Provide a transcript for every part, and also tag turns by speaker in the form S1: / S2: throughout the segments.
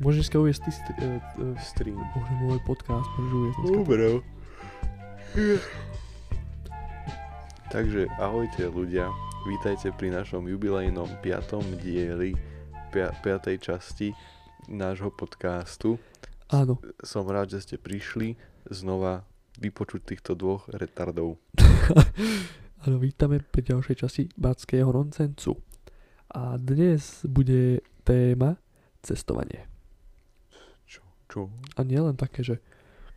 S1: Môžeš dneska uvieť ty stri- eh, eh,
S2: Stream.
S1: bože môj podcast, môžeš uvieť dneska.
S2: Dobre. Takže ahojte ľudia, vítajte pri našom jubilejnom piatom dieli, pia- piatej časti nášho podcastu.
S1: Áno,
S2: Som rád, že ste prišli znova vypočuť týchto dvoch retardov.
S1: áno, vítame pri ďalšej časti Bratského roncencu. A dnes bude téma cestovanie.
S2: Čo? Čo?
S1: A nie len také, že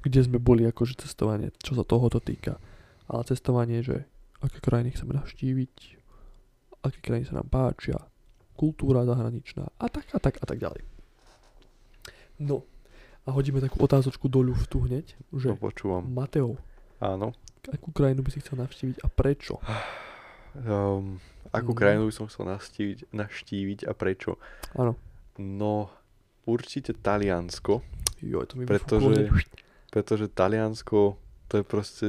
S1: kde sme boli akože cestovanie, čo sa tohoto týka. Ale cestovanie, že aké krajiny chceme navštíviť, aké krajiny sa nám páčia, kultúra zahraničná a tak a tak a tak ďalej. No a hodíme takú otázočku do ľuftu hneď,
S2: To
S1: že
S2: počúvam.
S1: Mateo,
S2: Áno.
S1: akú krajinu by si chcel navštíviť a prečo?
S2: Um, akú
S1: Mm.
S2: krajinu by som chcel navštíviť, navštíviť a prečo?
S1: Áno,
S2: No, určite Taliansko.
S1: joj, to mi
S2: Pretože-
S1: vyfúklo hneď.
S2: Pretože Taliansko, to je proste...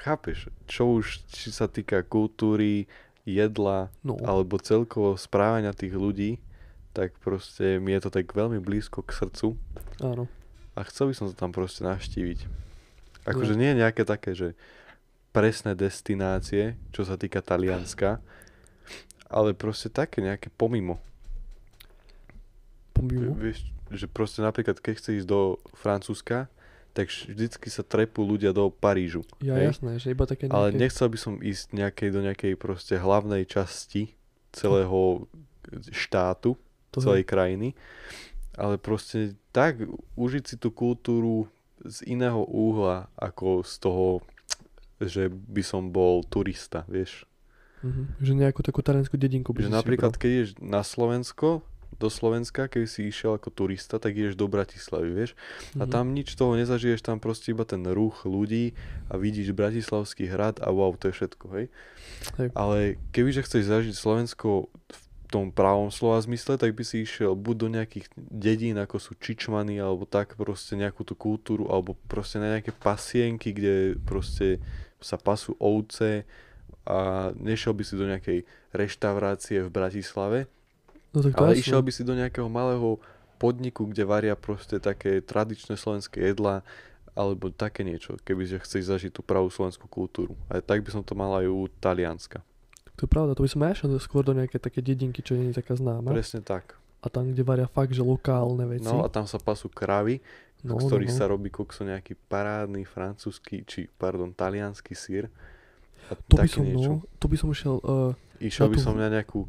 S2: Chápeš, čo už či sa týka kultúry, jedla,
S1: No,
S2: alebo celkovo správania tých ľudí, tak proste mi je to tak veľmi blízko k srdcu
S1: áno.
S2: a chcel by som to tam proste navštíviť. Akože nie je nejaké také, že presné destinácie, čo sa týka Talianska, ale proste také nejaké pomimo.
S1: Pomimo.
S2: Vieš, že proste napríklad, keď chce ísť do Francúzska, tak š- vždycky sa trepú ľudia do Parížu.
S1: Ja
S2: hej?
S1: jasné, že iba také nejaké...
S2: Ale nechcel by som ísť nejakej, do nejakej proste hlavnej časti celého štátu,
S1: to je-
S2: celej krajiny. Ale proste tak užiť si tú kultúru z iného úhla, ako z toho, že by som bol turista, vieš.
S1: Mhm, Že nejakú takú taliansku dedinku by
S2: Že
S1: si si
S2: napríklad,
S1: vybral.
S2: keď ideš na Slovensko, do Slovenska, keď si išiel ako turista, tak ideš do Bratislavy, vieš. A
S1: Mhm.
S2: tam nič toho nezažiješ, tam proste iba ten ruch ľudí a vidíš Bratislavský hrad a wow, to je všetko, hej.
S1: Hej.
S2: Ale kebyže chceš zažiť Slovensko v tom pravom slova zmysle, tak by si išiel buď do nejakých dedín, ako sú Čičmany, alebo tak proste nejakú tú kultúru, alebo proste na nejaké pasienky, kde proste sa pasú ovce a nešiel by si do nejakej reštaurácie v Bratislave,
S1: No tak to
S2: ale
S1: jasné.
S2: išiel by si do nejakého malého podniku, kde varia proste také tradičné slovenské jedlá, alebo také niečo, keby že chceš zažiť tú pravú slovenskú kultúru. A tak by som to mal aj u Talianska.
S1: To je pravda, to by som ja išiel skôr do nejakej také dedinky, čo nie je taká známa.
S2: Presne tak.
S1: A tam, kde varia fakt, že lokálne veci.
S2: No a tam sa pasú kravy,
S1: no,
S2: no, z ktorých sa robí kokso nejaký parádny francúzsky, či pardon, talianský sír. A
S1: To by
S2: také
S1: som,
S2: niečo.
S1: no, to by som išiel, eh,
S2: Išiel
S1: na
S2: by
S1: tú-
S2: som na nejakú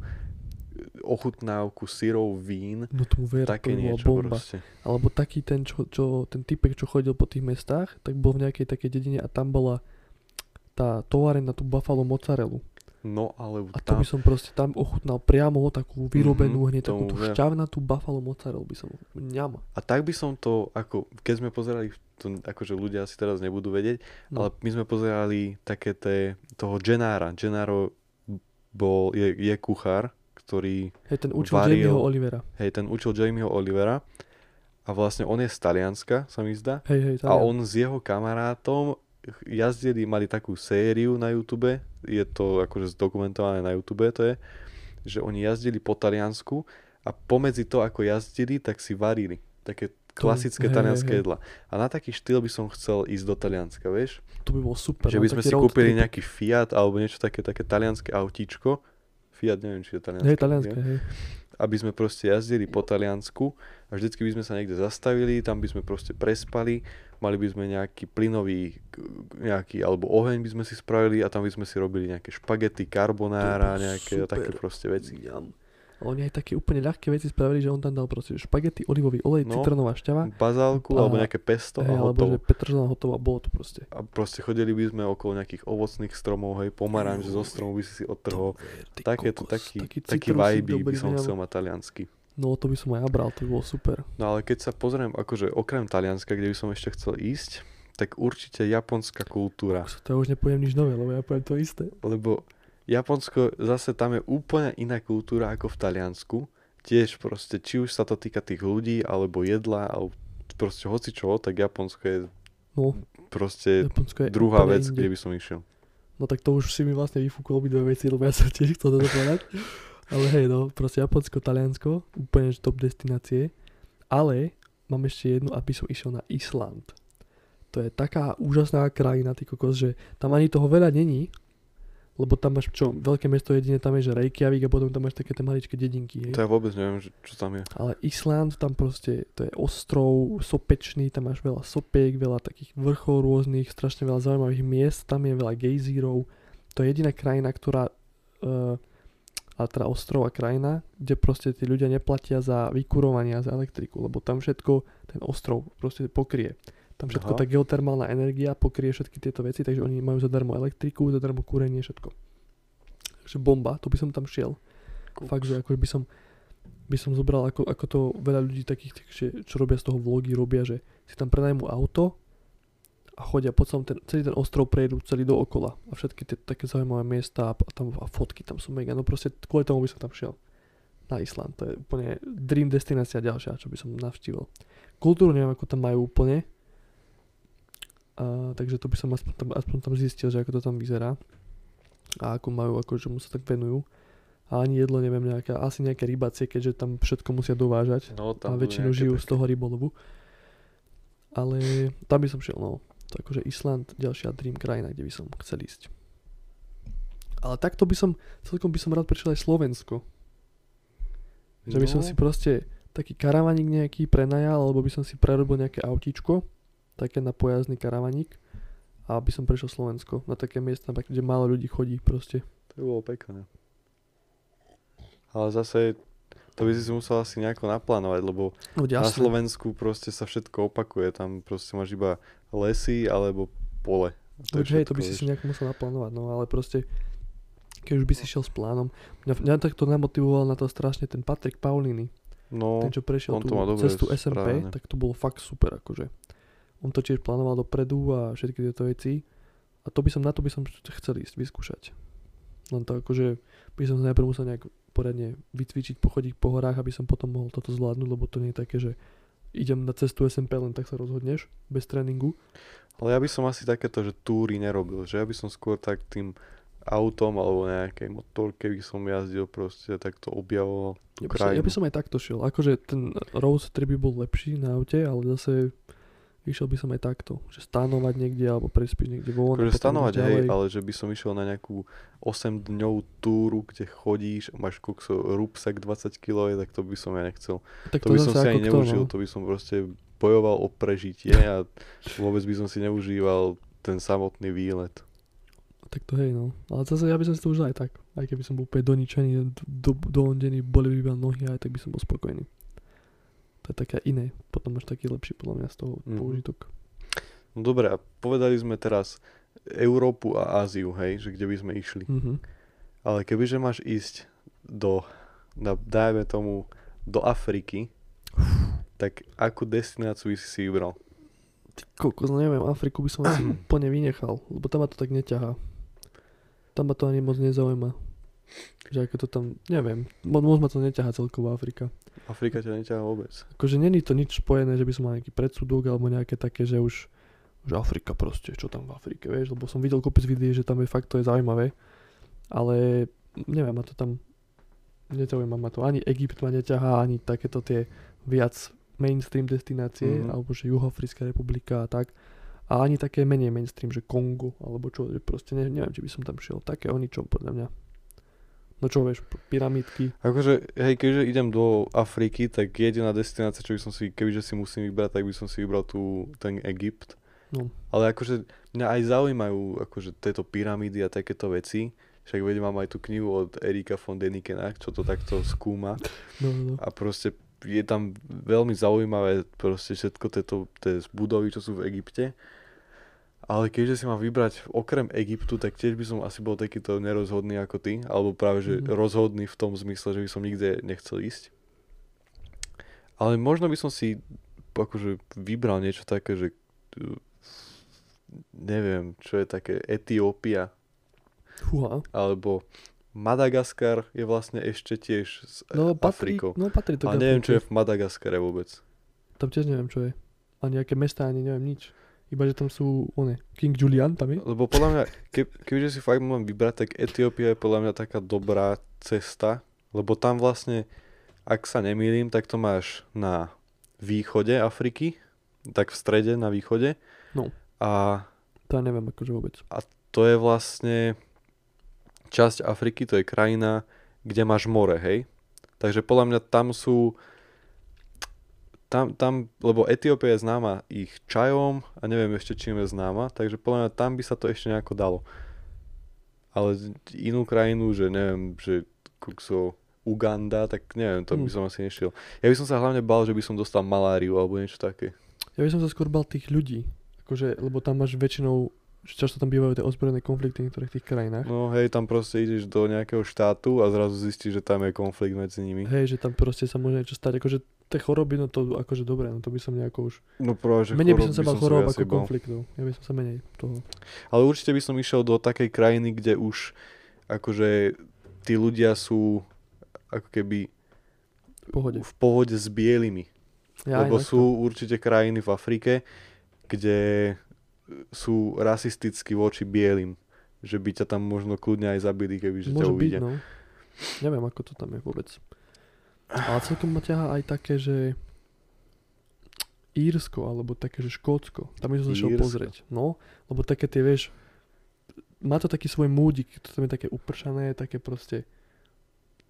S2: e, ochutnávku sírov, vín,
S1: no tomu ver, to
S2: také
S1: by bola
S2: niečo
S1: bomba.
S2: proste.
S1: Alebo taký ten, čo, čo, ten typek, čo chodil po tých mestách, tak bol v nejakej takej dedine a tam bola tá továreň na tú buffalo mozzarellu.
S2: No ale
S1: A to
S2: tam
S1: by som proste tam ochutnal priamo takú vyrobenú
S2: Mhm,
S1: hneď takú
S2: tomu
S1: tú
S2: ver.
S1: šťavnatú buffalo mozzarellu by som ňam.
S2: A tak by som to, ako, keď sme pozerali, to akože ľudia asi teraz nebudú vedieť,
S1: No.
S2: ale my sme pozerali také té, toho Genára. Genaro bol, je, je kuchár, ktorý,
S1: Hej, ten učil
S2: Varil.
S1: Jamieho Olivera.
S2: hej, ten učil Jamieho Olivera a vlastne on je z Talianska, sa mi zdá.
S1: Hej, hej,
S2: A
S1: Talian.
S2: on s jeho kamarátom jazdili, mali takú sériu na YouTube, je to akože zdokumentované na YouTube, to je, že oni jazdili po Taliansku a pomedzi to, ako jazdili, tak si varili. Také
S1: hej, hej,
S2: klasické
S1: hej.
S2: talianské jedla. A na taký štýl by som chcel ísť do Talianska, vieš?
S1: To by bol super.
S2: že
S1: no,
S2: by sme
S1: taký
S2: si
S1: road
S2: kúpili
S1: trip.
S2: nejaký Fiat alebo niečo také, také talianské autíčko. Fiat, neviem, či je talianské.
S1: Hej, talianské, hej.
S2: aby sme proste jazdili po Taliansku a vždycky by sme sa niekde zastavili, tam by sme proste prespali, mali by sme nejaký plynový k- nejaký, alebo oheň by sme si spravili a tam by sme si robili nejaké špagety, karbonára,
S1: To je
S2: nejaké
S1: super.
S2: také proste veci.
S1: Ňam. A oni aj také úplne ľahké veci spravili, že on tam dal proste že špagety, olivový olej,
S2: No.
S1: citronová šťava.
S2: Bazálku alebo
S1: A-
S2: nejaké pesto
S1: hej,
S2: a
S1: alebo že
S2: hotovo.
S1: petržalná hotová, bolo to proste.
S2: A proste chodili by sme okolo nejakých ovocných stromov, hej, pomaranč zo stromu by si si odtrhol.
S1: ver, ty
S2: Takéto,
S1: kokos,
S2: taký, taký
S1: citrusík
S2: vibe by
S1: dobrý,
S2: som
S1: ňam.
S2: chcel mať taliansky.
S1: No to by som aj ja bral, to by bolo super.
S2: No ale keď sa pozriem, akože okrem Talianska, kde by som ešte chcel ísť, tak určite japonská kultúra.
S1: To ja už nepoviem nič nové, lebo ja poviem to isté.
S2: Lebo Japonsko, zase tam je úplne iná kultúra ako v Taliansku. Tiež proste, či už sa to týka tých ľudí, alebo jedla, alebo proste hoci čo, tak Japonsko je
S1: No,
S2: proste
S1: Japonsko je
S2: druhá
S1: úplne
S2: vec,
S1: inde.
S2: kde by som išiel.
S1: No tak to už si mi vlastne vyfúkol obidve veci, lebo ja som tiež chcel to povedať. Ale hej, no, proste Japonsko, Taliansko, úplne že top destinácie. Ale mám ešte jednu, aby som išiel na Island. To je taká úžasná krajina, ty kokos, že tam ani toho veľa není, lebo tam máš čo, veľké mesto jediné tam je, že Reykjavík a potom tam máš také tie maličké dedinky. Hej.
S2: To ja vôbec neviem, že, čo tam je.
S1: Ale Island tam proste, to je ostrov sopečný, tam máš veľa sopiek, veľa takých vrchov rôznych, strašne veľa zaujímavých miest, tam je veľa gejzírov. To je jediná krajina, ktorá, uh, a teda ostrov a krajina, kde proste tí ľudia neplatia za vykurovanie a za elektriku, lebo tam všetko ten ostrov proste pokrie. Tam všetko
S2: Aha.
S1: tá geotermálna energia pokrie všetky tieto veci, takže oni majú zadarmo elektriku, zadarmo kúrenie, všetko. Takže bomba, to by som tam šiel.
S2: Kokos.
S1: Fakt, že ako by som, by som zobral, ako, ako to veľa ľudí takých, tých, že, čo robia z toho vlogy, robia, že si tam prenajmú auto a chodia po celom ten, celý ten ostrov prejdú celý dookola a všetky tie také zaujímavé miesta a, p- a tam, a fotky tam sú mega, no proste kvôli tomu by som tam šiel na Island, to je úplne dream destinácia ďalšia, čo by som navštívil. Kultúru neviem, ako tam majú úplne, a, takže to by som aspoň tam, aspoň tam zistil, že ako to tam vyzerá a ako majú, ako čomu sa tak venujú. A ani jedlo neviem, nejaká, asi nejaké rybacie, keďže tam všetko musia dovážať
S2: No,
S1: tam a
S2: tam budú
S1: väčšinou
S2: nejaké
S1: žijú z
S2: také-
S1: toho rybolovu. Ale tam by som šiel, no. To akože Island, ďalšia dream krajina, kde by som chcel ísť. Ale takto by som, celkom by som rád prešiel aj Slovensko. Že by som
S2: No.
S1: si proste taký karavaník nejaký prenajal, alebo by som si prerobil nejaké autíčko, také na pojazdný karavaník a aby som prešiel Slovensko na také miesta, tak- kde málo ľudí chodí proste.
S2: To by bolo pekné. Ale zase to by si si musel asi nejako naplánovať, lebo
S1: No,
S2: Jasne. na
S1: jasné.
S2: Slovensku proste sa všetko opakuje. Tam proste máš iba lesy alebo pole. A je
S1: Veď hej, to
S2: všetko,
S1: by si
S2: vieš.
S1: si nejak musel naplánovať, no ale proste, keď už by
S2: No.
S1: si šiel s plánom. Mňa, mňa takto namotivoval na to strašne ten Patrik Pauliny,
S2: No,
S1: ten, čo prešiel
S2: on
S1: tú
S2: to má dobre
S1: cestu SMP,
S2: správne.
S1: tak to bolo fakt super akože. On to tiež plánoval dopredu a všetky tieto veci. A to by som, na to by som chcel ísť, vyskúšať. Len to akože by som sa najprv musel nejak poriadne vycvičiť, pochodiť po horách, aby som potom mohol toto zvládnuť, lebo to nie je také, že idem na cestu SMP, len tak sa rozhodneš, bez tréningu.
S2: ale ja by som asi takéto, že túry nerobil. Že ja by som skôr tak tým autom alebo nejakej motorke by som jazdil proste takto objavoval
S1: Ja by,
S2: tú
S1: som,
S2: krajinu.
S1: ja by som aj takto šiel. Akože ten road trip by bol lepší na aute, ale zase išiel by som aj takto. Že stanovať niekde alebo prespiť niekde von. a potom
S2: Akože
S1: ísť
S2: stanovať, hej,
S1: ďalej.
S2: ale že by som išiel na nejakú 8 dňov túru, kde chodíš, máš kokso, rúbsak 20 kg, tak to by som ja nechcel.
S1: tak
S2: To by som
S1: zase
S2: si
S1: ako
S2: ani
S1: kto,
S2: neužil,
S1: no.
S2: to by som proste bojoval o prežitie a vôbec by som si neužíval ten samotný výlet.
S1: Tak to hej, no. Ale zase ja by som si to užil aj tak. Aj keby som bol úplne doničený, do, doondený, boli by iba nohy, aj tak by som bol spokojný. To je také iné. Potom máš taký lepší podľa mňa z toho
S2: Mhm.
S1: použitok.
S2: No dobre, a povedali sme teraz Európu a Áziu, hej, že kde by sme išli.
S1: Mhm.
S2: Ale kebyže máš ísť do, na, dajme tomu, do Afriky, tak akú destináciu by si si vybral?
S1: Kokos, no neviem, Afriku by som asi úplne vynechal, lebo tam ma to tak neťahá. Tam ma to ani moc nezaujíma. Že ako to tam, neviem, mo- moc ma to neťahá celková Afrika.
S2: Afrika ťa neťahá vôbec.
S1: Akože není to nič spojené, že by som mal nejaký predsudok alebo nejaké také, že už že Afrika proste, čo tam v Afrike, vieš, lebo som videl kopec videí, že tam je fakt to je zaujímavé, ale neviem, ma to tam nezaujíma ma to, ani Egypt ma neťahá, ani takéto tie viac mainstream destinácie,
S2: Mhm.
S1: mm-hmm. alebo že Juhoafrická republika a tak, a ani také menej mainstream, že Kongo, alebo čo, že proste ne, neviem, či by som tam šiel, také o ničom podľa mňa. No čo vieš, pyramídky,
S2: Akože, hej, keďže idem do Afriky, tak jediná destinácia, čo by som si, kebyže si musím vybrať, tak by som si vybral tu ten Egypt.
S1: No.
S2: Ale akože mňa aj zaujímajú akože tieto pyramídy a takéto veci. Však veď mám aj tú knihu od Erika von Denikena, čo to takto skúma.
S1: no, no, no.
S2: A proste je tam veľmi zaujímavé proste všetko tieto tie budovy, čo sú v Egypte. Ale keďže si mám vybrať okrem Egyptu, tak tiež by som asi bol takýto nerozhodný ako ty. Alebo práve že
S1: Mhm.
S2: rozhodný v tom zmysle, že by som nikde nechcel ísť. Ale možno by som si akože vybral niečo také, že uh, neviem, čo je také Etiópia
S1: Fúha.
S2: alebo Madagaskar je vlastne ešte tiež s
S1: No,
S2: no,
S1: patrí,
S2: Afrikou.
S1: no, patrí to
S2: Ale
S1: k
S2: neviem,
S1: Afrike.
S2: čo je v Madagaskare vôbec.
S1: Tam tiež neviem, čo je. Ani nejaké mesta, ani neviem nič. Iba, že tam sú, one, King Julian tam je.
S2: Lebo podľa mňa, ke, kebyže si fakt mám vybrať, tak Etiópia je podľa mňa taká dobrá cesta Lebo tam vlastne, ak sa nemýlim, tak to máš na východe Afriky, tak v strede na východe.
S1: No.
S2: A
S1: To ja neviem akože vôbec.
S2: to je vlastne časť Afriky, to je krajina, kde máš more, hej? Takže podľa mňa tam sú tam, tam, lebo Etiópia je známa ich čajom a neviem ešte čím je známa, takže podľa mňa tam by sa to ešte nejako dalo. Ale inú krajinu, že neviem, že kokso Uganda, tak neviem, to by
S1: Hmm.
S2: som asi nešiel. Ja by som sa hlavne bal, že by som dostal maláriu alebo niečo také.
S1: Ja by som sa skôr bal tých ľudí, akože, lebo tam máš väčšinou, že často tam bývajú tie ozbrojené konflikty v niektorých tých krajinách.
S2: No hej, tam proste ideš do nejakého štátu a zrazu zistíš, že tam je konflikt medzi nimi.
S1: Hej, že tam proste sa môže niečo stať, akože tie choroby, no to akože dobre, no to by som nejako už...
S2: No práve, že
S1: menej by som sa bal chorób
S2: viacej
S1: ako konfliktov, ja by som sa menej toho.
S2: Ale určite by som išiel do takej krajiny, kde už akože tí ľudia sú ako keby
S1: V pohode.
S2: v pohode s bielými.
S1: Ja aj
S2: lebo
S1: takto.
S2: sú určite krajiny v Afrike, kde sú rasisticky voči bielým. Že by ťa tam možno kľudne aj zabili, keby že ťa
S1: Môže byť,
S2: uvidia.
S1: no. Neviem, ako to tam je vôbec. Ale celkom ma ťaha aj také, že Írsko, alebo také, že Škótsko. Tam by som sa šiel
S2: Írsko.
S1: pozrieť. No, lebo také tie, vieš, má to taký svoj múdik, to tam je také upršané, také proste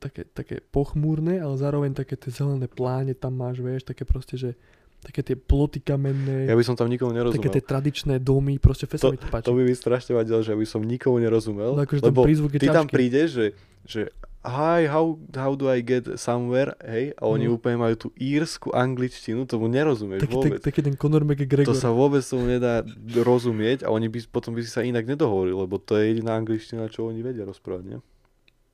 S1: také, také pochmúrne, ale zároveň také tie zelené pláne tam máš, vieš, také proste, že také tie ploty kamenné,
S2: Ja by som tam nikomu
S1: také
S2: nerozumel.
S1: tie tradičné domy, proste fest sa mi to páči.
S2: To by mi strašne vadilo, že by som nikomu nerozumel.
S1: no, akože ten
S2: lebo
S1: prízvuk je
S2: ty tam
S1: ťažký.
S2: prídeš, že, že hi, how, how do I get somewhere, hej, a oni
S1: Mhm.
S2: úplne majú tú írsku angličtinu, tomu nerozumieš
S1: taký,
S2: vôbec.
S1: tak, taký ten Conor McGregor.
S2: To sa vôbec tomu nedá rozumieť a oni by, potom by si sa inak nedohovorili, lebo to je jediná angličtina, čo oni vedia rozprávať, nie?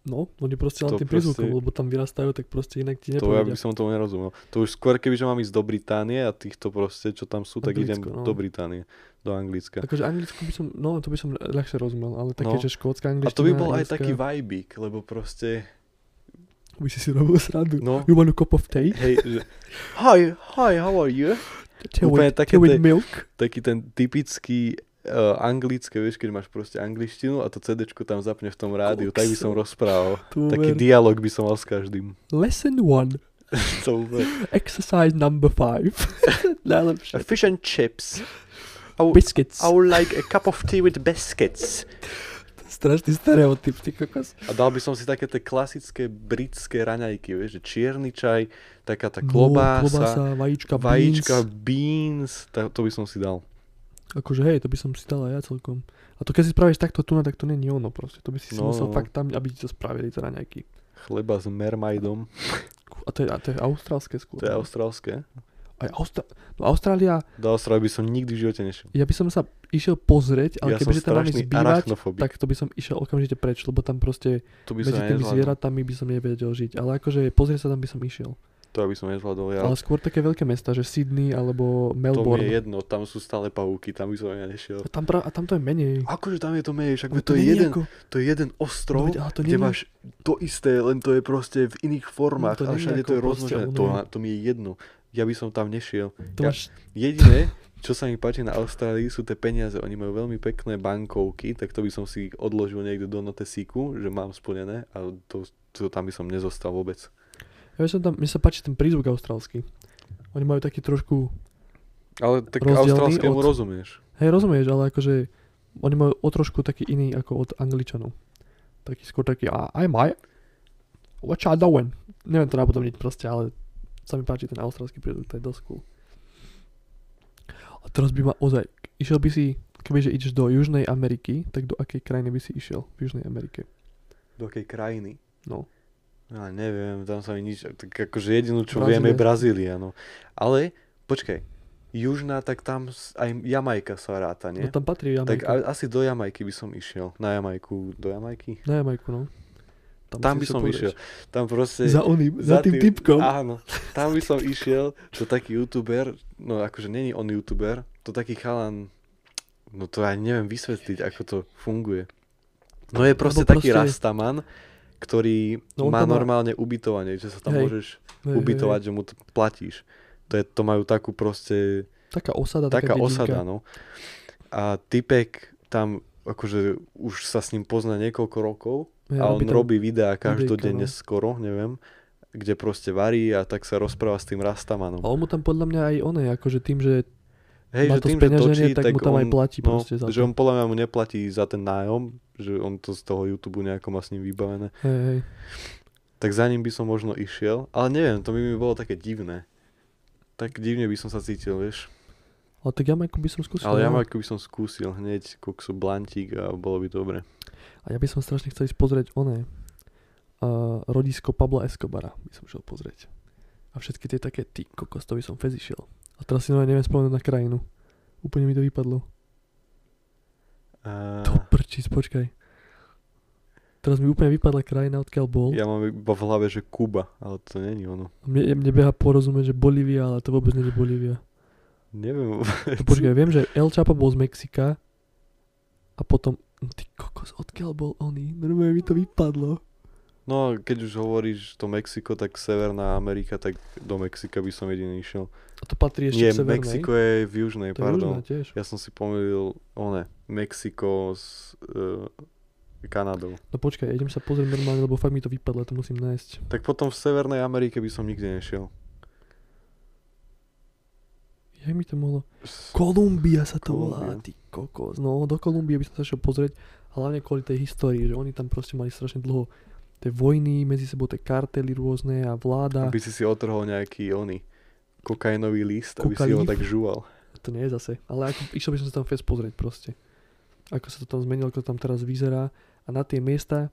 S1: No, oni proste len
S2: To
S1: tým
S2: proste-
S1: prízvukom, lebo tam vyrastajú, tak proste inak ti
S2: To ja by
S1: nepovedia.
S2: som tomu nerozumel. To už skôr, kebyže mám ísť do Británie a týchto proste, čo tam sú, tak idem
S1: Anglicko, no.
S2: do Británie, do Anglicka.
S1: Akože anglicku by som, no to by som ľahšie rozumel, ale také,
S2: No.
S1: že škótska
S2: A
S1: angličtina.
S2: to by bol
S1: írska,
S2: aj taký vibík, lebo proste,
S1: By si si robil srandu.
S2: no,
S1: You want a cup of tea?
S2: hej, že, hi, hi, how are you?
S1: Tea
S2: Úplne
S1: with,
S2: také
S1: tea with
S2: tie-
S1: milk?
S2: taký ten typický uh, anglické, vieš, keď máš proste angličtinu a to CDčko tam zapne v tom rádiu, tak by som rozprával.
S1: To ver-
S2: Taký dialog by som mal s každým.
S1: Lesson 1.
S2: to úplne.
S1: Exercise number 5.
S2: A
S1: Najlepšie.
S2: fish and chips. I would,
S1: Biscuits.
S2: I would like a cup of tea with biscuits.
S1: Strašný stereotyp, ty kokos.
S2: A dal by som si také tie klasické britské raňajky, vieš, že čierny čaj, taká tá
S1: No,
S2: klobása,
S1: klobása, vajíčka,
S2: vajíčka,
S1: beans.
S2: beans, tá, to by som si dal.
S1: Akože hej, to by som si dal aj ja celkom. A to keď si spravíš takto tu, tak to není ono proste. To by si si
S2: No,
S1: musel
S2: no.
S1: fakt tam, aby ti to spravili teda nejaký.
S2: Chleba s mermaidom,
S1: Ku- A to je, a to je austrálske skôr.
S2: to je
S1: no.
S2: austrálske.
S1: Aj Austra- no Austrália,
S2: Do Austrálie by som nikdy v živote nešiel.
S1: ja by som sa išiel pozrieť, ale
S2: ja som
S1: kebyže tam máme
S2: strašný
S1: zbývať,
S2: arachnofobik.
S1: tak to by som išiel okamžite preč, lebo tam proste
S2: to by som
S1: medzi
S2: ja
S1: tými
S2: nezvládol.
S1: zvieratami by som nevedel žiť. Ale akože pozrieť sa tam by som išiel.
S2: To ja by som nezvládol ja.
S1: Ale skôr také veľké mesta, že Sydney alebo
S2: To mi je
S1: Melbourne.
S2: jedno, tam sú stále pavúky, tam by som ja nešiel.
S1: A tam, pra- a tam to je menej.
S2: Akože tam je to menej, však
S1: Ale
S2: to, je
S1: není
S2: jeden,
S1: ako-
S2: to je jeden ostrov,
S1: No veď, ale to
S2: kde
S1: není-
S2: máš to isté, len to je proste v iných
S1: No
S2: formách,
S1: to
S2: ale
S1: není
S2: všade to je
S1: ako proste
S2: rozložené.
S1: ono
S2: To,
S1: je-
S2: ma- to mi je jedno, ja by som tam nešiel.
S1: to
S2: ja-
S1: máš,
S2: Jediné, čo sa mi páči na Austrálii, sú tie peniaze. Oni majú veľmi pekné bankovky, tak to by som si odložil niekde do notesíku, že mám splnené, ale to, to tam by som nezostal vôbec.
S1: ja by som tam, mne sa páči ten prízvuk austrálsky. Oni majú taký trošku
S2: Ale tak
S1: Rozdielný
S2: austrálskému
S1: od-
S2: rozumieš.
S1: Hej, rozumieš, ale akože oni majú o trošku taký iný ako od Angličanov. Taký skôr taký, a aj maj. What you doing? Neviem to napodobniť proste, ale sa mi páči ten austrálsky prírodok, to je dosť cool. A teraz by ma ozaj, išiel by si, kebyže ideš do Južnej Ameriky, tak do akej krajiny by si išiel v Južnej Amerike?
S2: Do akej krajiny?
S1: No.
S2: Ja neviem, tam sa mi nič... Tak akože jedinú, čo
S1: Brazília.
S2: viem, je Brazília, no. Ale, počkaj, južná, tak tam s- aj Jamajka sa ráta,
S1: Nie? No
S2: nie?
S1: tam patrí
S2: tak
S1: Jamajka.
S2: a, asi do Jamajky by som išiel. Na Jamajku, do Jamajky?
S1: Na Jamajku, no.
S2: Tam
S1: si
S2: by
S1: sa
S2: som
S1: pozrieš.
S2: išiel. Tam proste...
S1: Za oným, za, tým, typkom.
S2: Áno, tam by som išiel, to taký youtuber, no akože není on youtuber, to taký chalan, no to ja neviem vysvetliť, ako to funguje. No je proste
S1: Lebo
S2: taký
S1: proste-
S2: rastaman, ktorý
S1: No on
S2: má
S1: tam má-
S2: normálne ubytovanie, že sa tam
S1: Hej.
S2: môžeš
S1: Hej, hej,
S2: ubytovať, že mu to platíš. To, je, to majú takú proste,
S1: hej. Taká osada,
S2: taká no.
S1: taká, dedinka.
S2: osada, no. A typek tam akože už sa s ním pozná niekoľko rokov
S1: Ja,
S2: a on
S1: tam-
S2: robí videá každodenne
S1: videjka,
S2: skoro, neviem, kde proste varí a tak sa rozpráva s tým Rastamanom.
S1: A on mu tam podľa mňa aj one, akože tým, že
S2: Hej,
S1: má
S2: že
S1: to
S2: tým, že točí,
S1: speňaženie, tak mu tam aj
S2: on,
S1: platí
S2: no,
S1: proste za
S2: že
S1: to.
S2: on podľa mňa mu neplatí za ten nájom, že on to z toho YouTube nejako má s ním vybavené.
S1: hej, hej.
S2: Tak za ním by som možno išiel, ale neviem, to by mi bolo také divné. Tak divne by som sa cítil, vieš.
S1: Ale tak Jamajku by som skúsil.
S2: Ale
S1: no.
S2: ja ma by som skúsil hneď kokso blantík a bolo by dobre.
S1: A ja by som strašne chcel ísť pozrieť oné. Uh, rodisko Pabla Escobara by som šiel pozrieť. A všetky tie také, ty kokos, to by som fez išiel. A teraz si normálne neviem spomenúť na krajinu. Úplne mi to vypadlo.
S2: A...
S1: To prčíc, počkaj. Teraz mi úplne vypadla krajina, odkiaľ bol.
S2: Ja mám iba v hlave, že Kuba, ale to není ono.
S1: A Mne, mne beha porozumieť, že Bolívia, ale to vôbec nie je Bolívia.
S2: Neviem.
S1: No počkaj, viem, že El Chapo bol z Mexika a potom, no ty kokos, odkiaľ bol oný? Normálne mi to vypadlo.
S2: No keď už hovoríš to Mexiko, tak Severná Amerika, tak do Mexika by som jediný išiel.
S1: A to patrí ešte
S2: Nie,
S1: k severnej.
S2: Mexiko je v južnej,
S1: to je
S2: pardon.
S1: južná tiež.
S2: Ja som si pomýlil, one, Mexiko s e, Kanadou.
S1: No počkaj, ja idem sa pozrieť normálne, lebo fakt mi to vypadlo, ja to musím nájsť.
S2: Tak potom v Severnej Amerike by som nikde nešiel.
S1: Jak mi to mohlo...
S2: S-
S1: Kolumbia sa to volá,
S2: Kolumbia.
S1: ty kokos. No, do Kolumbie by som sa šiel pozrieť, hlavne kvôli tej histórii, že oni tam proste mali strašne dlho tie vojny, medzi sebou tie kartely rôzne a vláda.
S2: Aby si si otrhol nejaký oný kokainový list, aby si ho
S1: Kokalív.
S2: tak žuval.
S1: To nie je zase, ale ako, išiel by som sa tam fest pozrieť proste. Ako sa to tam zmenilo, ako to tam teraz vyzerá a na tie miesta,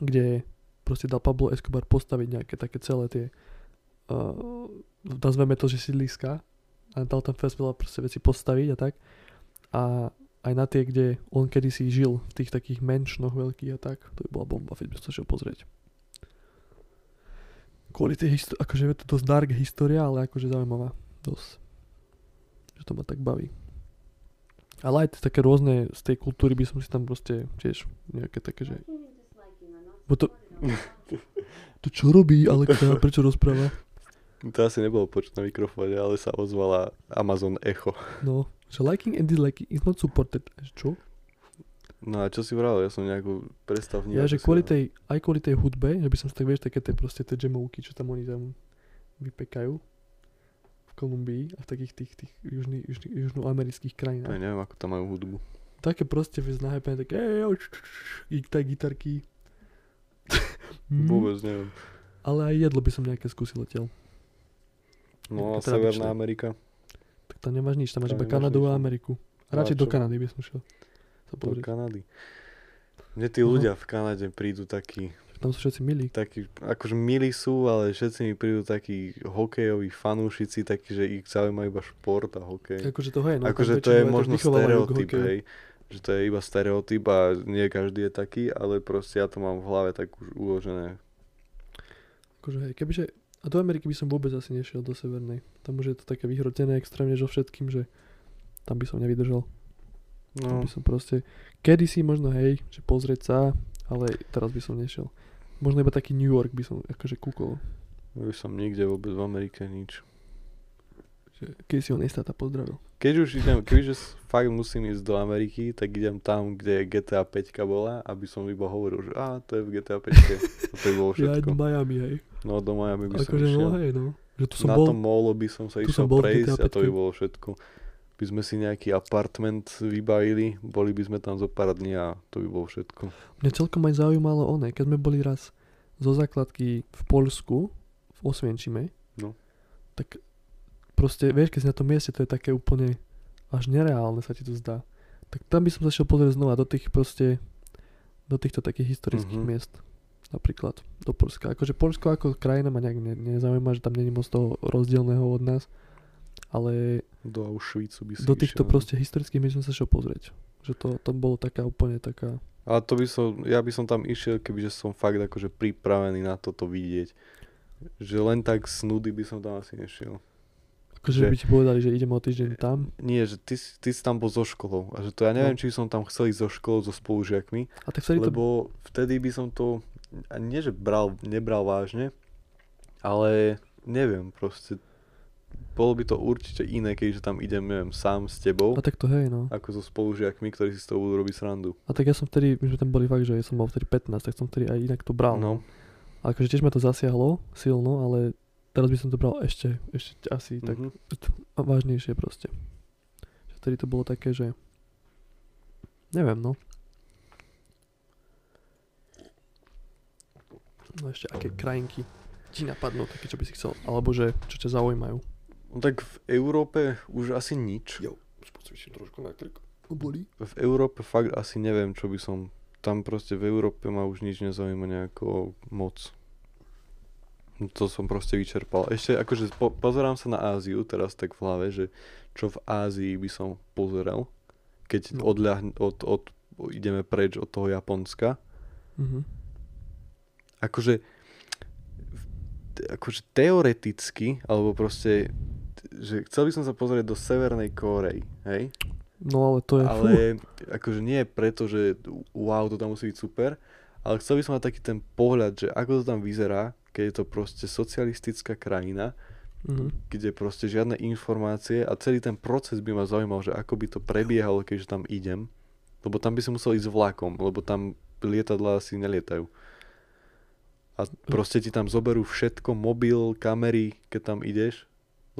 S1: kde proste dal Pablo Escobar postaviť nejaké také celé tie, uh, nazveme to, že sídliska a dal tam fest veľa proste veci postaviť a tak. A aj na tie, kde on kedysi žil v tých takých menšnoch veľkých a tak, to by bola bomba, keď by som sa šiel pozrieť. Kvôli tej histórii, akože je to dosť dark história, ale akože zaujímavá, dosť že to ma tak baví. Ale aj tie také rôzne z tej kultúry by som si tam proste tiež nejaké také, že... Bo to... to čo robí Alexa? Prečo rozpráva?
S2: To asi nebolo počuť na mikrofóne, ale sa ozvala Amazon Echo.
S1: No, že liking and disliking is not supported. Že Čo?
S2: No a čo si vral? Ja som nejakú predstav no.
S1: Ja, že kvôli tej, aj kvôli tej hudbe, že by som si tak, vieš, také tie proste tie jamovky, čo tam oni tam vypekajú v Kolumbii a v takých tých, tých južný, južný, južnoamerických krajinách.
S2: Ja neviem, ako tam majú hudbu.
S1: Také proste vieš nahypené, také ej, oj, č, č, č, i tak gitarky. Mm,
S2: Vôbec neviem.
S1: Ale aj jedlo by som nejaké skúsil odtiaľ.
S2: No a
S1: Také tradičné.
S2: Severná Amerika.
S1: Tak tam nemáš nič, tam máš
S2: Tam
S1: iba
S2: nemáš
S1: Kanadu
S2: nič,
S1: a
S2: no.
S1: Ameriku.
S2: No a
S1: Radšej do
S2: čo?
S1: Kanady by som šiel. Sa
S2: Do
S1: pozrieť.
S2: Kanady. Mne tí
S1: Aha.
S2: ľudia v Kanade prídu takí,
S1: Tam sú všetci milí.
S2: takí, akože milí sú, ale všetci mi prídu takí hokejoví fanúšici, takí, že ich zaujíma iba šport a hokej.
S1: Akože to hej, no. tam
S2: akože to
S1: väčšinou
S2: je
S1: aj tak
S2: možno
S1: vychovávajú k
S2: stereotyp,
S1: hokeju.
S2: hej. Že to je iba stereotyp a nie každý je taký, ale proste ja to mám v hlave tak už uložené.
S1: Akože hej, kebyže... A do Ameriky by som vôbec asi nešiel do Severnej. Tam už je to také vyhrotené extrémne so všetkým, že tam by som nevydržal. Tam
S2: No,
S1: by som proste... Kedysi možno hej, že pozrieť sa, ale teraz by som nešiel. Možno iba taký New York by som akože kúkol.
S2: ja by No, som nikde vôbec v Amerike nič.
S1: Že keď si ho nestáta pozdravil.
S2: Keď už idem, keďže s- fakt musím ísť do Ameriky, tak idem tam, kde GTA 5 bola, aby som iba hovoril, že a to je v GTA 5. A to je bolo
S1: Ja aj
S2: všetko.
S1: do Miami, hej.
S2: No do Miami by som
S1: Akože no
S2: išiel.
S1: hej, no. Že tu som
S2: Na
S1: bol,
S2: tom molo by som sa
S1: tu
S2: išiel
S1: som bol v
S2: prejsť
S1: GTA
S2: a to by
S1: 5.
S2: bolo všetko. By sme si nejaký apartment vybavili, boli by sme tam zo pár dní a to by bolo všetko.
S1: Mňa celkom aj zaujímalo oné, keď sme boli raz zo základky v Polsku, v Osvienčime,
S2: No.
S1: tak proste, vieš, keď si na tom mieste, to je také úplne až nereálne sa ti to zdá. Tak tam by som zašiel pozrieť znova do tých proste, do týchto takých historických
S2: Mhm.
S1: mm-hmm. miest. Napríklad do Polska. Akože Polsko ako krajina ma nejak ne- nezaujíma, že tam není moc toho rozdielného od nás. Ale
S2: Do Auschwitzu by si
S1: do týchto
S2: išiel.
S1: proste historických miest som sa šiel pozrieť. Že to, to bolo taká úplne taká...
S2: Ale to by som, ja by som tam išiel, kebyže som fakt akože pripravený na toto vidieť. Že len tak z nudy by som tam asi nešiel.
S1: Akože
S2: Že-
S1: by ti povedali, že ideme o týždeň tam.
S2: Nie, že ty, si- ty si tam bol so školou. A že to ja neviem, či by som tam chcel ísť so školou, so spolužiakmi.
S1: A tak vtedy No. to...
S2: lebo vtedy by som to, a nie že bral, nebral vážne, ale neviem proste. bolo by to určite iné, keďže tam idem, neviem, sám s
S1: A
S2: tebou,
S1: tak to hej, no.
S2: ako so spolužiakmi, ktorí si z toho budú robiť srandu.
S1: A tak ja som vtedy, my sme tam boli fakt, že ja som mal vtedy 15, tak som vtedy aj inak to bral.
S2: No,
S1: A akože tiež ma to zasiahlo silno, ale teraz by som to bral ešte, ešte asi tak
S2: mhm.
S1: a vážnejšie proste. Že vtedy to bolo také, že neviem no. No ešte aké krajinky ti napadnú také, čo by si chcel, alebo že čo ťa zaujímajú.
S2: no tak v Európe už asi nič.
S1: Jo, spôsobíš trošku na krk. Bolí?
S2: v Európe fakt asi neviem, čo by som... Tam proste v Európe ma už nič nezaujíma nejako moc. To som proste vyčerpal. Ešte akože po, pozerám sa na Áziu teraz tak v hlave, že čo v Ázii by som pozeral, keď
S1: No.
S2: odľahne, od, od, ideme preč od toho Japonska.
S1: Mhm.
S2: Akože, v- t- akože teoreticky, alebo proste, t- že chcel by som sa pozrieť do Severnej Kórey, hej?
S1: No ale to je... fú,
S2: ale akože nie preto, že wow, to tam musí byť super, ale chcel by som mať taký ten pohľad, že ako to tam vyzerá, keď je to proste socialistická krajina,
S1: Mhm.
S2: kde proste žiadne informácie a celý ten proces by ma zaujímal, že ako by to prebiehalo, keďže tam idem. Lebo tam by som musel ísť vlakom, lebo tam lietadla asi nelietajú. A proste ti tam zoberú všetko, mobil, kamery, keď tam ideš,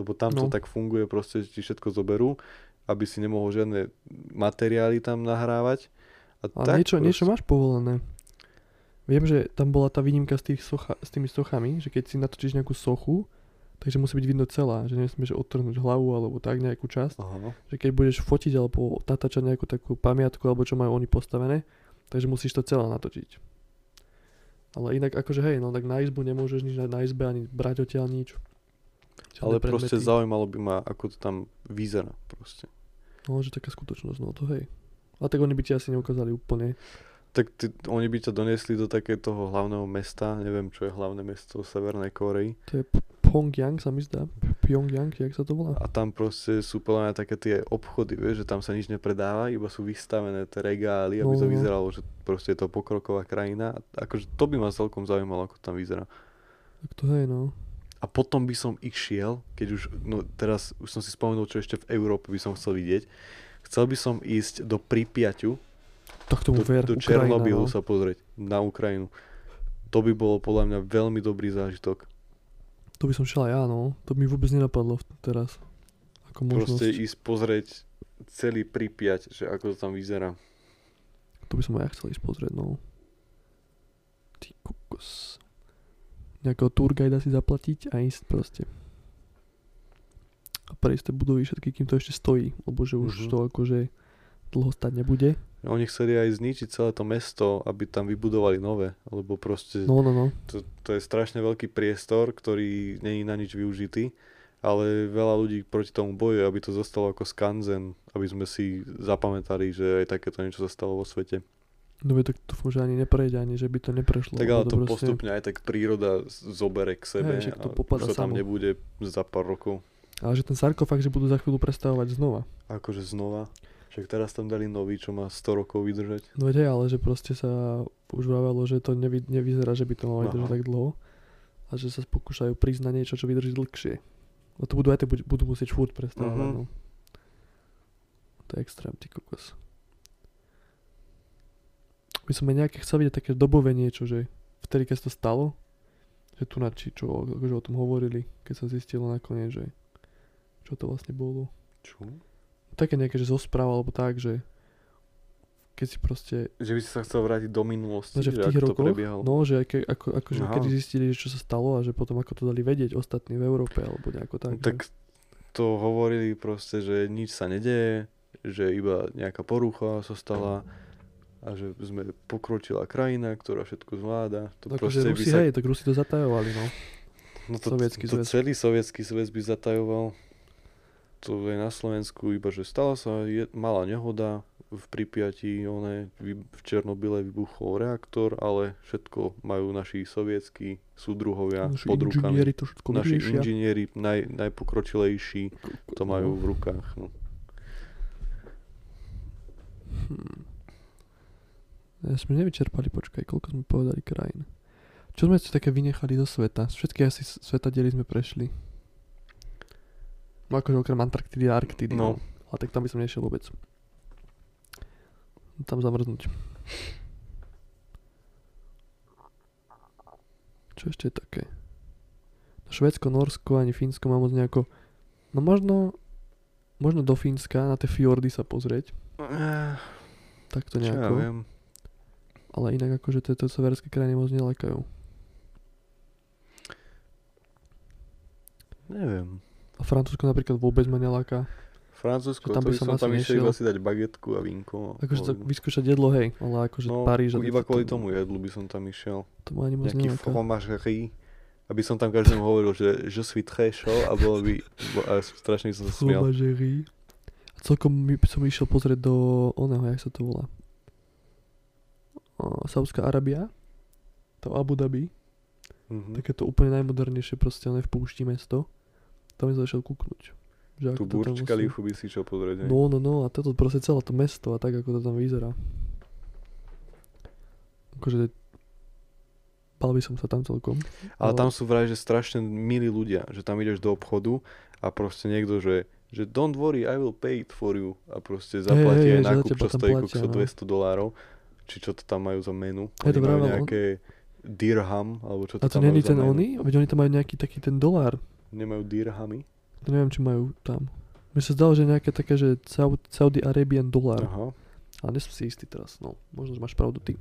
S2: lebo tam
S1: No.
S2: to tak funguje, proste že ti všetko zoberú, aby si nemohol žiadne materiály tam nahrávať. A
S1: Ale
S2: tak
S1: niečo,
S2: proste-
S1: niečo máš povolené. Viem, že tam bola tá výnimka s, tých socha, s tými sochami, že keď si natočíš nejakú sochu, takže musí byť vidno celá, že nesmieš odtrhnúť hlavu alebo tak nejakú časť.
S2: Aha. no.
S1: Že keď budeš fotiť alebo natáčať nejakú takú pamiatku alebo čo majú oni postavené, takže musíš to celé natočiť. Ale inak akože hej, no tak na izbu nemôžeš nič na, na izbe ani brať odtiaľ nič. Žiadne
S2: Ale proste
S1: predmety.
S2: zaujímalo by ma, ako to tam vyzerá proste.
S1: No, že taká skutočnosť, no to hej. Ale tak oni by ti asi neukázali úplne.
S2: Tak ty, oni by ťa doniesli do takého hlavného mesta, neviem čo je hlavné mesto Severnej Korei.
S1: To je P- Pyongyang sa mi zdá. Pyongyang, jak sa to volá?
S2: A tam proste sú podľa mňa také tie obchody, vieš, že tam sa nič nepredáva, iba sú vystavené tie regály, aby
S1: No,
S2: to
S1: no.
S2: vyzeralo, že proste je to pokroková krajina. A Akože to by ma celkom zaujímalo, ako to tam vyzerá.
S1: Tak to hej, no.
S2: A potom by som išiel, keď už, no teraz už som si spomenul, čo ešte v Európe by som chcel vidieť. Chcel by som ísť do Pripiaťu,
S1: Tak tomu
S2: do,
S1: ver,
S2: do
S1: Ukrajina,
S2: Černobylu
S1: no.
S2: sa pozrieť, na Ukrajinu. To by bolo podľa mňa veľmi dobrý zážitok.
S1: To by som šiel aj ja, no. To by mi vôbec nenapadlo v- teraz. Ako možnosť.
S2: Proste ísť pozrieť celý Pripiať, že ako to tam vyzerá.
S1: To by som aj ja chcel ísť pozrieť, no. Ty kokos. Nejakého tourguida si zaplatiť a ísť proste. A prejsť tie budovy všetky, kým to ešte stojí. Lebo že už
S2: Mhm.
S1: to akože dlho stať nebude.
S2: Oni chceli aj zničiť celé to mesto, aby tam vybudovali nové, lebo proste no.
S1: No, no, no.
S2: to, to je strašne veľký priestor, ktorý není na nič využitý, ale veľa ľudí proti tomu bojuje, aby to zostalo ako skanzen, aby sme si zapamätali, že aj takéto niečo sa stalo vo svete.
S1: No veď tak dúfam, že ani neprejde, ani že by No, to neprešlo.
S2: Tak
S1: lebo
S2: ale to
S1: proste-
S2: postupne aj tak príroda z- zobere k sebe
S1: však to
S2: a
S1: popadá
S2: už to
S1: samo.
S2: tam nebude za pár rokov.
S1: Ale že ten sarkofag, že budú za chvíľu prestavovať znova.
S2: Akože znova. Však teraz tam dali nový, čo má 100 rokov vydržať.
S1: No veď aj, ale že proste sa už vravelo, že to nevy, nevyzerá, že by to malo
S2: Aha.
S1: vydržať tak dlho. A že sa pokúšajú prísť na niečo, čo vydrží dlhšie. No to budú aj tie, budú musieť furt prestávať.
S2: Mhm.
S1: No. To je extrém, ty kokos. My som aj nejaké chcel vidieť také dobové niečo, že vtedy, keď sa to stalo, že tu na či čo, akože o tom hovorili, keď sa zistilo nakoniec, že čo to vlastne bolo
S2: Čo?
S1: také nejaké, že zo správ alebo tak, že keď si proste,
S2: Že by si sa chcel vrátiť do minulosti,
S1: no, že v
S2: že,
S1: tých
S2: ako to
S1: rokoch,
S2: prebiehalo.
S1: no, že ke, ako, akože
S2: Aha.
S1: kedy zistili, že čo sa stalo a že potom ako to dali vedieť ostatní v Európe alebo nejako tak. no.
S2: tak, No, tak to hovorili proste, že nič sa nedeje, že iba nejaká porucha sa stala a že sme pokročila krajina, ktorá všetko zvláda. To
S1: že, akože
S2: proste by
S1: Rusi,
S2: sa,
S1: hej, tak Rusi to zatajovali, no.
S2: no to,
S1: Sovietsky
S2: to
S1: zväz.
S2: celý sovietský zväz by zatajoval. To je na Slovensku iba, že stala sa je, malá nehoda v Pripiati, one, vy, v Černobyle vybuchol reaktor, ale všetko majú naši sovietskí súdruhovia
S1: Naši
S2: pod rukami.
S1: inžinieri to všetko
S2: Naši
S1: vyriešia.
S2: inžinieri naj, najpokročilejší to majú v rukách. No.
S1: Hm. Ja sme nevyčerpali, počkaj, koľko sme povedali krajín. Čo sme si také vynechali do sveta? Z Všetky asi s- sveta diely sme prešli. No akože okrem Antarktidy a Arktidy. No.
S2: No.
S1: Ale tak tam by som nešiel vôbec. Tam zamrznúť. Čo ešte je také? No Švédsko, Norsko ani Fínsko mám moc nejako... No možno... Možno do Fínska na tie fjordy sa pozrieť.
S2: Eh,
S1: Tak to
S2: Čo ja
S1: nejako.
S2: viem.
S1: ale inak akože tieto severské krajiny moc nelekajú.
S2: Neviem.
S1: A Francúzsko napríklad vôbec ma neláka.
S2: Francúzsko,
S1: Že tam
S2: to
S1: by
S2: by
S1: som
S2: som,
S1: asi
S2: tam išiel
S1: nešiel.
S2: iba si dať bagetku a vínko.
S1: Akože sa
S2: No,
S1: vyskúšať jedlo, hej, ale akože
S2: no,
S1: Paríž... a
S2: iba
S1: to-
S2: kvôli
S1: to-
S2: tomu jedlu by som tam išiel.
S1: To ma ani moc
S2: Nejaký
S1: neláka.
S2: fromagerie. Aby som tam každému hovoril, že je suis très chaud a bolo by... bo- A strašne by som sa smial.
S1: Fromagerie. A celkom mi- som išiel pozrieť do oného, jak sa to volá. O, Saudská Arábia. To Abu Dhabi.
S2: Mhm.
S1: Takéto úplne najmodernejšie proste, oné v púšti mesto. Tam som zašiel kúknuť. Že
S2: Tu
S1: ako to tam
S2: Burč
S1: vlastne-
S2: Khalifu by si čo pozrieť. hej.
S1: No, no, no, a toto proste celé to mesto a tak, ako to tam vyzerá. Akože bal by som sa tam celkom.
S2: Ale
S1: Ale-
S2: tam sú vraj, že strašne milí ľudia, že tam ideš do obchodu a proste niekto, že, že don't worry, I will pay it for you a proste zaplatí
S1: hej, že
S2: aj
S1: za
S2: nákup,
S1: teba
S2: čo
S1: tam
S2: stojí
S1: platia,
S2: kokso
S1: no.
S2: 200 dolárov, či čo to tam majú za menu.
S1: Hej,
S2: Oni
S1: to
S2: majú
S1: práve, on-
S2: nejaké dirham, alebo čo
S1: A to
S2: to tam majú
S1: není
S2: za
S1: ten
S2: menu.
S1: oni? Veď oni tam majú nejaký taký ten dolár.
S2: Nemajú dirhamy?
S1: To neviem, či majú tam. Mi sa zdalo, že nejaké také, že Sau- Saudi Arabian dolár.
S2: Aha.
S1: Ale nie som si istý teraz, no. Možno, že máš pravdu ty.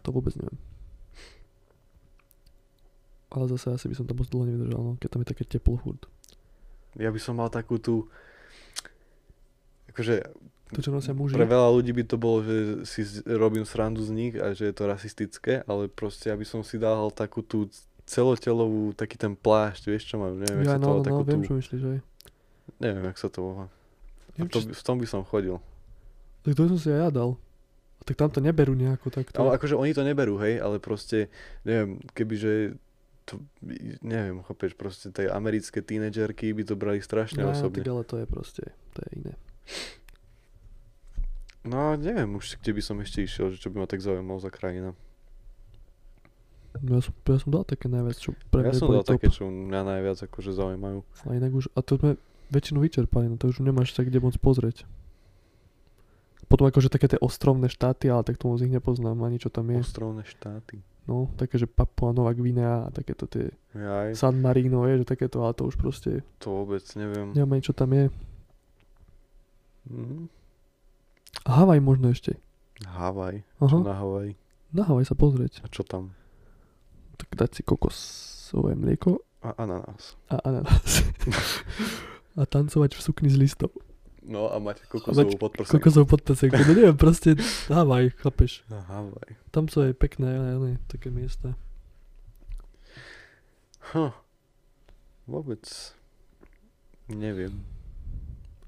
S1: To vôbec neviem. Ale zase asi by som tam moc dlho nevydržal, no, keď tam je také teplo furt.
S2: Ja by som mal takú tú... Akože
S1: To, čo nosia muži.
S2: Pre veľa ľudí by to bolo, že si z- robím srandu z nich a že je to rasistické, ale proste aby som si dal takú tú celotelovú, taký ten plášť, vieš čo mám, neviem,
S1: ja,
S2: jak sa
S1: no,
S2: to volá,
S1: no,
S2: takú
S1: no, viem,
S2: tú,
S1: čo myslíš, že?
S2: neviem, jak sa to volá. A
S1: Neviem,
S2: to,
S1: čo
S2: by- v tom by som chodil.
S1: Tak to som si aj ja dal. A tak tam to neberú nejako takto.
S2: Ale akože oni to neberú, hej, ale proste, neviem, kebyže to, neviem, chápeš, proste tej americké tínedžerky by to brali strašne
S1: no,
S2: osobne.
S1: tak ale to je proste, to je iné.
S2: No a neviem už, kde by som ešte išiel, že čo by ma tak zaujímalo za krajina.
S1: No, ja, som, ja som dal také najviac, čo pre
S2: Ja
S1: mňa
S2: som
S1: boli
S2: dal
S1: top.
S2: také, čo mňa najviac akože zaujímajú.
S1: A inak už, a to sme väčšinu vyčerpali, no to už nemáš sa kde moc pozrieť. Potom akože také tie ostrovné štáty, ale tak to moc ich nepoznám, ani čo tam je.
S2: Ostrovné štáty.
S1: No, také, že Papua Nová Gvinea a takéto tie
S2: Jaj.
S1: San Marino, je, že takéto, ale to už proste,
S2: To vôbec neviem.
S1: neviem ani čo tam je.
S2: Mhm.
S1: A Havaj možno ešte.
S2: Havaj. Čo
S1: Aha,
S2: na Havaj?
S1: na Havaj sa pozrieť.
S2: A čo tam?
S1: Tak dať si kokosové mlieko
S2: A ananás.
S1: a ananás. a tancovať v sukni z listov.
S2: No a máte
S1: kokosovú
S2: podprsenku.
S1: Kokosov podpacenku, no neviem, proste Havaj, chápeš.
S2: Na Havaj.
S1: Tam sú aj pekné, ale, ale také miesta.
S2: Huh. Vôbec neviem.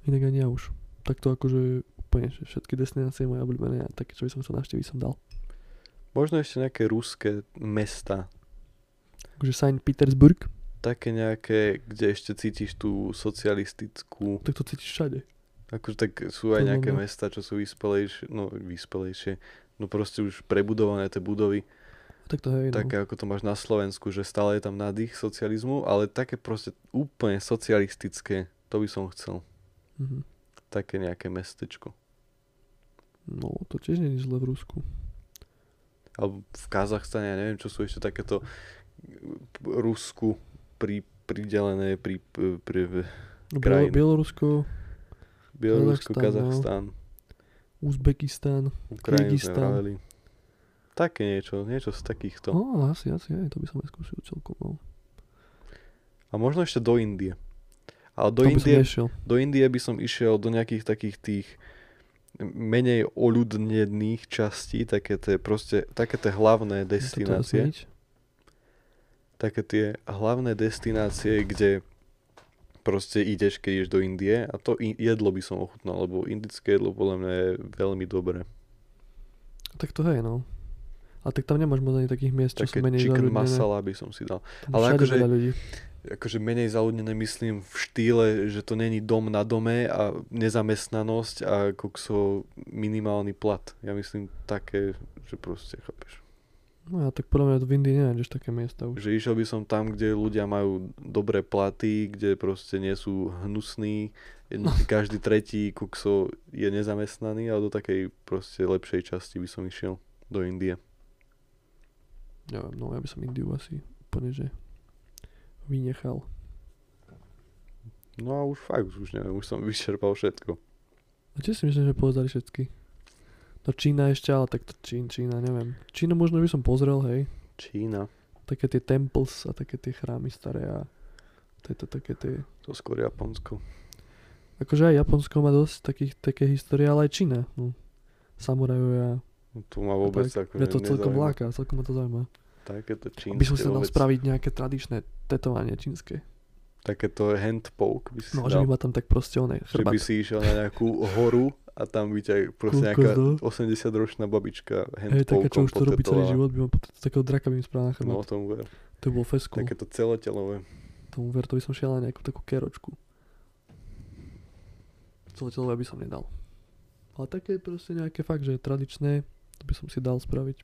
S1: Inak ani ja už. Takto akože úplne že všetky destinácie moje obľúbené a také, čo by som chcel navštíviť, som dal.
S2: Možno ešte nejaké ruské mesta.
S1: Akože Saint Petersburg,
S2: Také nejaké, kde ešte cítiš tú socialistickú...
S1: tak to cítiš všade.
S2: Akože tak sú aj
S1: To
S2: nejaké
S1: znamená-
S2: mesta, čo sú vyspelejšie. No, vyspelejšie. No proste už prebudované tie budovy.
S1: Tak to hej, no.
S2: také ako to máš na Slovensku, že stále je tam nádych socializmu, ale také proste úplne socialistické, to by som chcel.
S1: Mhm.
S2: Také nejaké mestečko.
S1: No, to tiež nie je nič zle v Rusku.
S2: Alebo v Kazachstane, ja neviem, čo sú ešte takéto e, Rusku pri, pridelené pri, e, pri, pri
S1: No,
S2: Krajiny.
S1: Bielo- Bielorusko,
S2: Bielorusko,
S1: Kazachstan,
S2: Kazachstan,
S1: Uzbekistán.
S2: Ukrajinu sme
S1: Kyrgyzstan.
S2: vraveli. Také niečo, niečo z
S1: To.
S2: takýchto.
S1: No, asi, asi, aj, to by som aj skúsil celkom. No.
S2: A možno ešte do Indie. Ale do
S1: Tam by som
S2: Indie
S1: nešiel.
S2: Do Indie by som išiel do nejakých takých tých menej oľudnených častí, také tie, proste, také tie hlavné destinácie.
S1: Destinácie.
S2: Také tie hlavné destinácie, kde proste ideš, keď ideš do Indie a to i- jedlo by som ochutnal, lebo indické jedlo podľa mňa je veľmi dobré.
S1: Tak to hej, no. A tak tam nemáš moc ani takých miest, čo
S2: Také
S1: sú menej
S2: chicken
S1: zaľudnené.
S2: masala by som si dal.
S1: Tam
S2: ale
S1: všade
S2: akože-
S1: veľa ľudí.
S2: akože menej zaľudnené myslím v štýle, že to není dom na dome a nezamestnanosť a kokso minimálny plat. Ja myslím také, že proste, chápeš.
S1: No a tak podľa mňa v Indii nenájdeš také miesta už.
S2: Že išiel by som tam, kde ľudia majú dobré platy, kde proste nie sú hnusní, jedno- každý tretí kokso je nezamestnaný, ale do takej proste lepšej časti by som išiel do Indie.
S1: Neviem, no ja by som Indiu asi úplne, že vynechal.
S2: No a už fakt, už neviem, už som vyčerpal všetko.
S1: A tiež si myslím, že pozerali všetky. No Čína ešte, ale tak to Čín, Čína, neviem. Čínu možno by som pozrel, hej.
S2: Čína,
S1: Také tie temples a také tie chrámy staré a tieto také tie...
S2: to skôr Japonsko.
S1: Akože aj Japonsko má dosť takých, také histórie, ale aj Čína. No. Samurajovia.
S2: No To ma vôbec
S1: tak,
S2: tak,
S1: mňa to celkom láka, celkom ma to zaujíma.
S2: Takéto čínske
S1: Aby som si dal
S2: vôbec-
S1: spraviť nejaké tradičné tetovanie čínske.
S2: Takéto hand poke by si
S1: No, že
S2: si dal.
S1: by ma tam tak proste oné
S2: že
S1: chrbát.
S2: by si išiel na nejakú horu a tam by ťa proste
S1: Kokos,
S2: nejaká
S1: no.
S2: 80-ročná babička
S1: Hej, taká, čo
S2: handpolkom
S1: už to robí celý
S2: potetovala.
S1: život, by ma pot- takého draka by mi spravil na
S2: No
S1: chrbát.
S2: tomu ver.
S1: To by bol fesku.
S2: Takéto celotelové.
S1: Tomu ver, to by som šiel na nejakú takú keročku. Celotelové by som nedal. Ale také proste nejaké fakt, že tradičné, to by som si dal spraviť.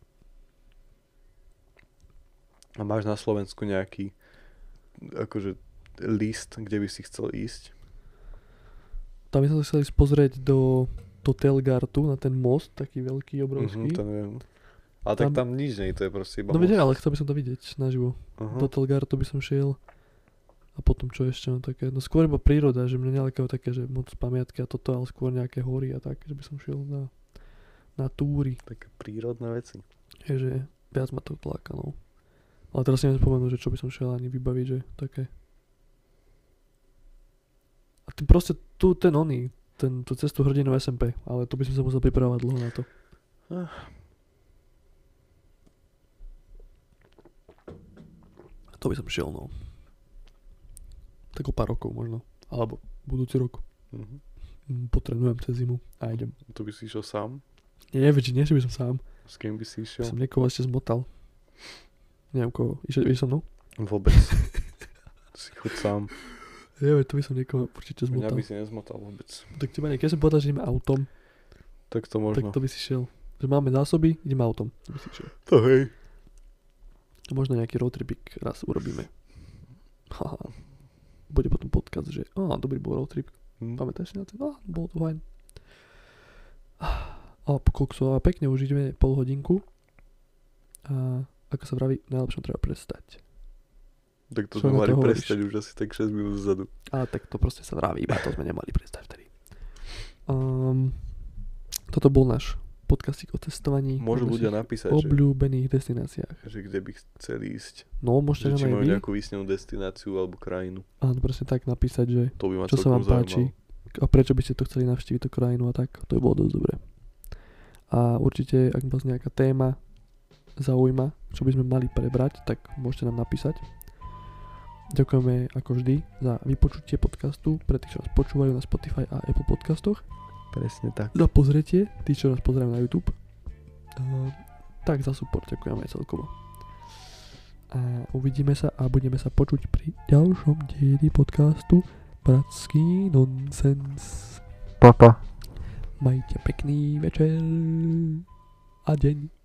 S2: A máš na Slovensku nejaký akože list, kde by si chcel ísť?
S1: Tam by som sa chcel ísť pozrieť do, do Telgartu, na ten most, taký veľký, obrovský.
S2: Mhm, to neviem. Ale tak
S1: Tam-
S2: tam nič nie, je, to je proste iba
S1: no
S2: most.
S1: viete, ale chcel by som to vidieť naživo.
S2: Aha.
S1: Do Telgartu by som šiel. A potom čo ešte, no také, no skôr iba príroda, že mňa nelakajú také, že moc pamiatky a toto, ale skôr nejaké hory a tak, že by som šiel na, na túry.
S2: Také prírodné veci.
S1: Je, že viac ma to tláka, no. Ale teraz si neviem spomenúť, že čo by som šiel ani vybaviť, že také. A ty proste tu ten oný, ten, tú cestu hrdinov SMP, ale to by som sa musel pripravovať dlho na to.
S2: Ah.
S1: A to by som šiel, no. Tak o pár rokov možno. Alebo budúci rok.
S2: Mhm.
S1: Mm, Potrenujem cez zimu a idem.
S2: Tu by si išiel sám?
S1: Nie, väčšie, nie, že by som sám.
S2: S kým by si išiel?
S1: Čo? Som niekoho ešte zmotal. Neviem koho. Išiel, išiel so mnou?
S2: Vôbec. si chod sám.
S1: Ja, veď, to by som niekoho určite
S2: Mňa
S1: zmotal.
S2: by
S1: By...
S2: si nezmotal vôbec.
S1: Tak teba nie, keď som povedal, že ideme autom,
S2: Tak to
S1: Možno. tak
S2: možno.
S1: to by si šiel. Že máme zásoby, ideme autom. To by si šiel.
S2: to hej.
S1: A Možno nejaký road tripik raz urobíme. Haha. Bude potom podcast, že á, dobrý bol road trip.
S2: Hm.
S1: Pamätáš si na ten? Á, bol to fajn. A kokso, a pekne už ideme pol hodinku. A ako sa vraví, najlepšom treba prestať.
S2: Tak to
S1: Čo na
S2: sme
S1: to
S2: mali
S1: hovoríš?
S2: prestať už asi tak 6 minút zadu.
S1: Ale tak to proste sa vraví, iba to sme nemali predstaviť vtedy. Um, toto bol náš podcastík o cestovaní.
S2: Môžu
S1: o
S2: ľudia
S1: našich
S2: napísať, že,
S1: obľúbených destináciách.
S2: že kde by chceli ísť.
S1: No,
S2: Že
S1: môžete
S2: či
S1: nám aj
S2: majú
S1: vy.
S2: nejakú vysnenú destináciu alebo krajinu.
S1: Áno, presne tak napísať, že
S2: To by ma
S1: čo sa vám
S2: celkom
S1: páči
S2: zaujímalo.
S1: a prečo by ste to chceli navštíviť, tú krajinu a tak. To by bolo dosť dobré. A určite, ak vás nejaká téma zaujíma, čo by sme mali prebrať, tak môžete nám napísať. Ďakujeme ako vždy za vypočutie podcastu pre tých, čo nás počúvajú na Spotify a Apple podcastoch.
S2: Presne tak.
S1: za pozretie, tí, čo nás pozerajú na YouTube. Uh, tak za support ďakujem aj celkovo. A uvidíme sa a budeme sa počuť pri ďalšom dieli podcastu Bratský nonsens.
S2: Papa.
S1: Majte pekný večer a deň.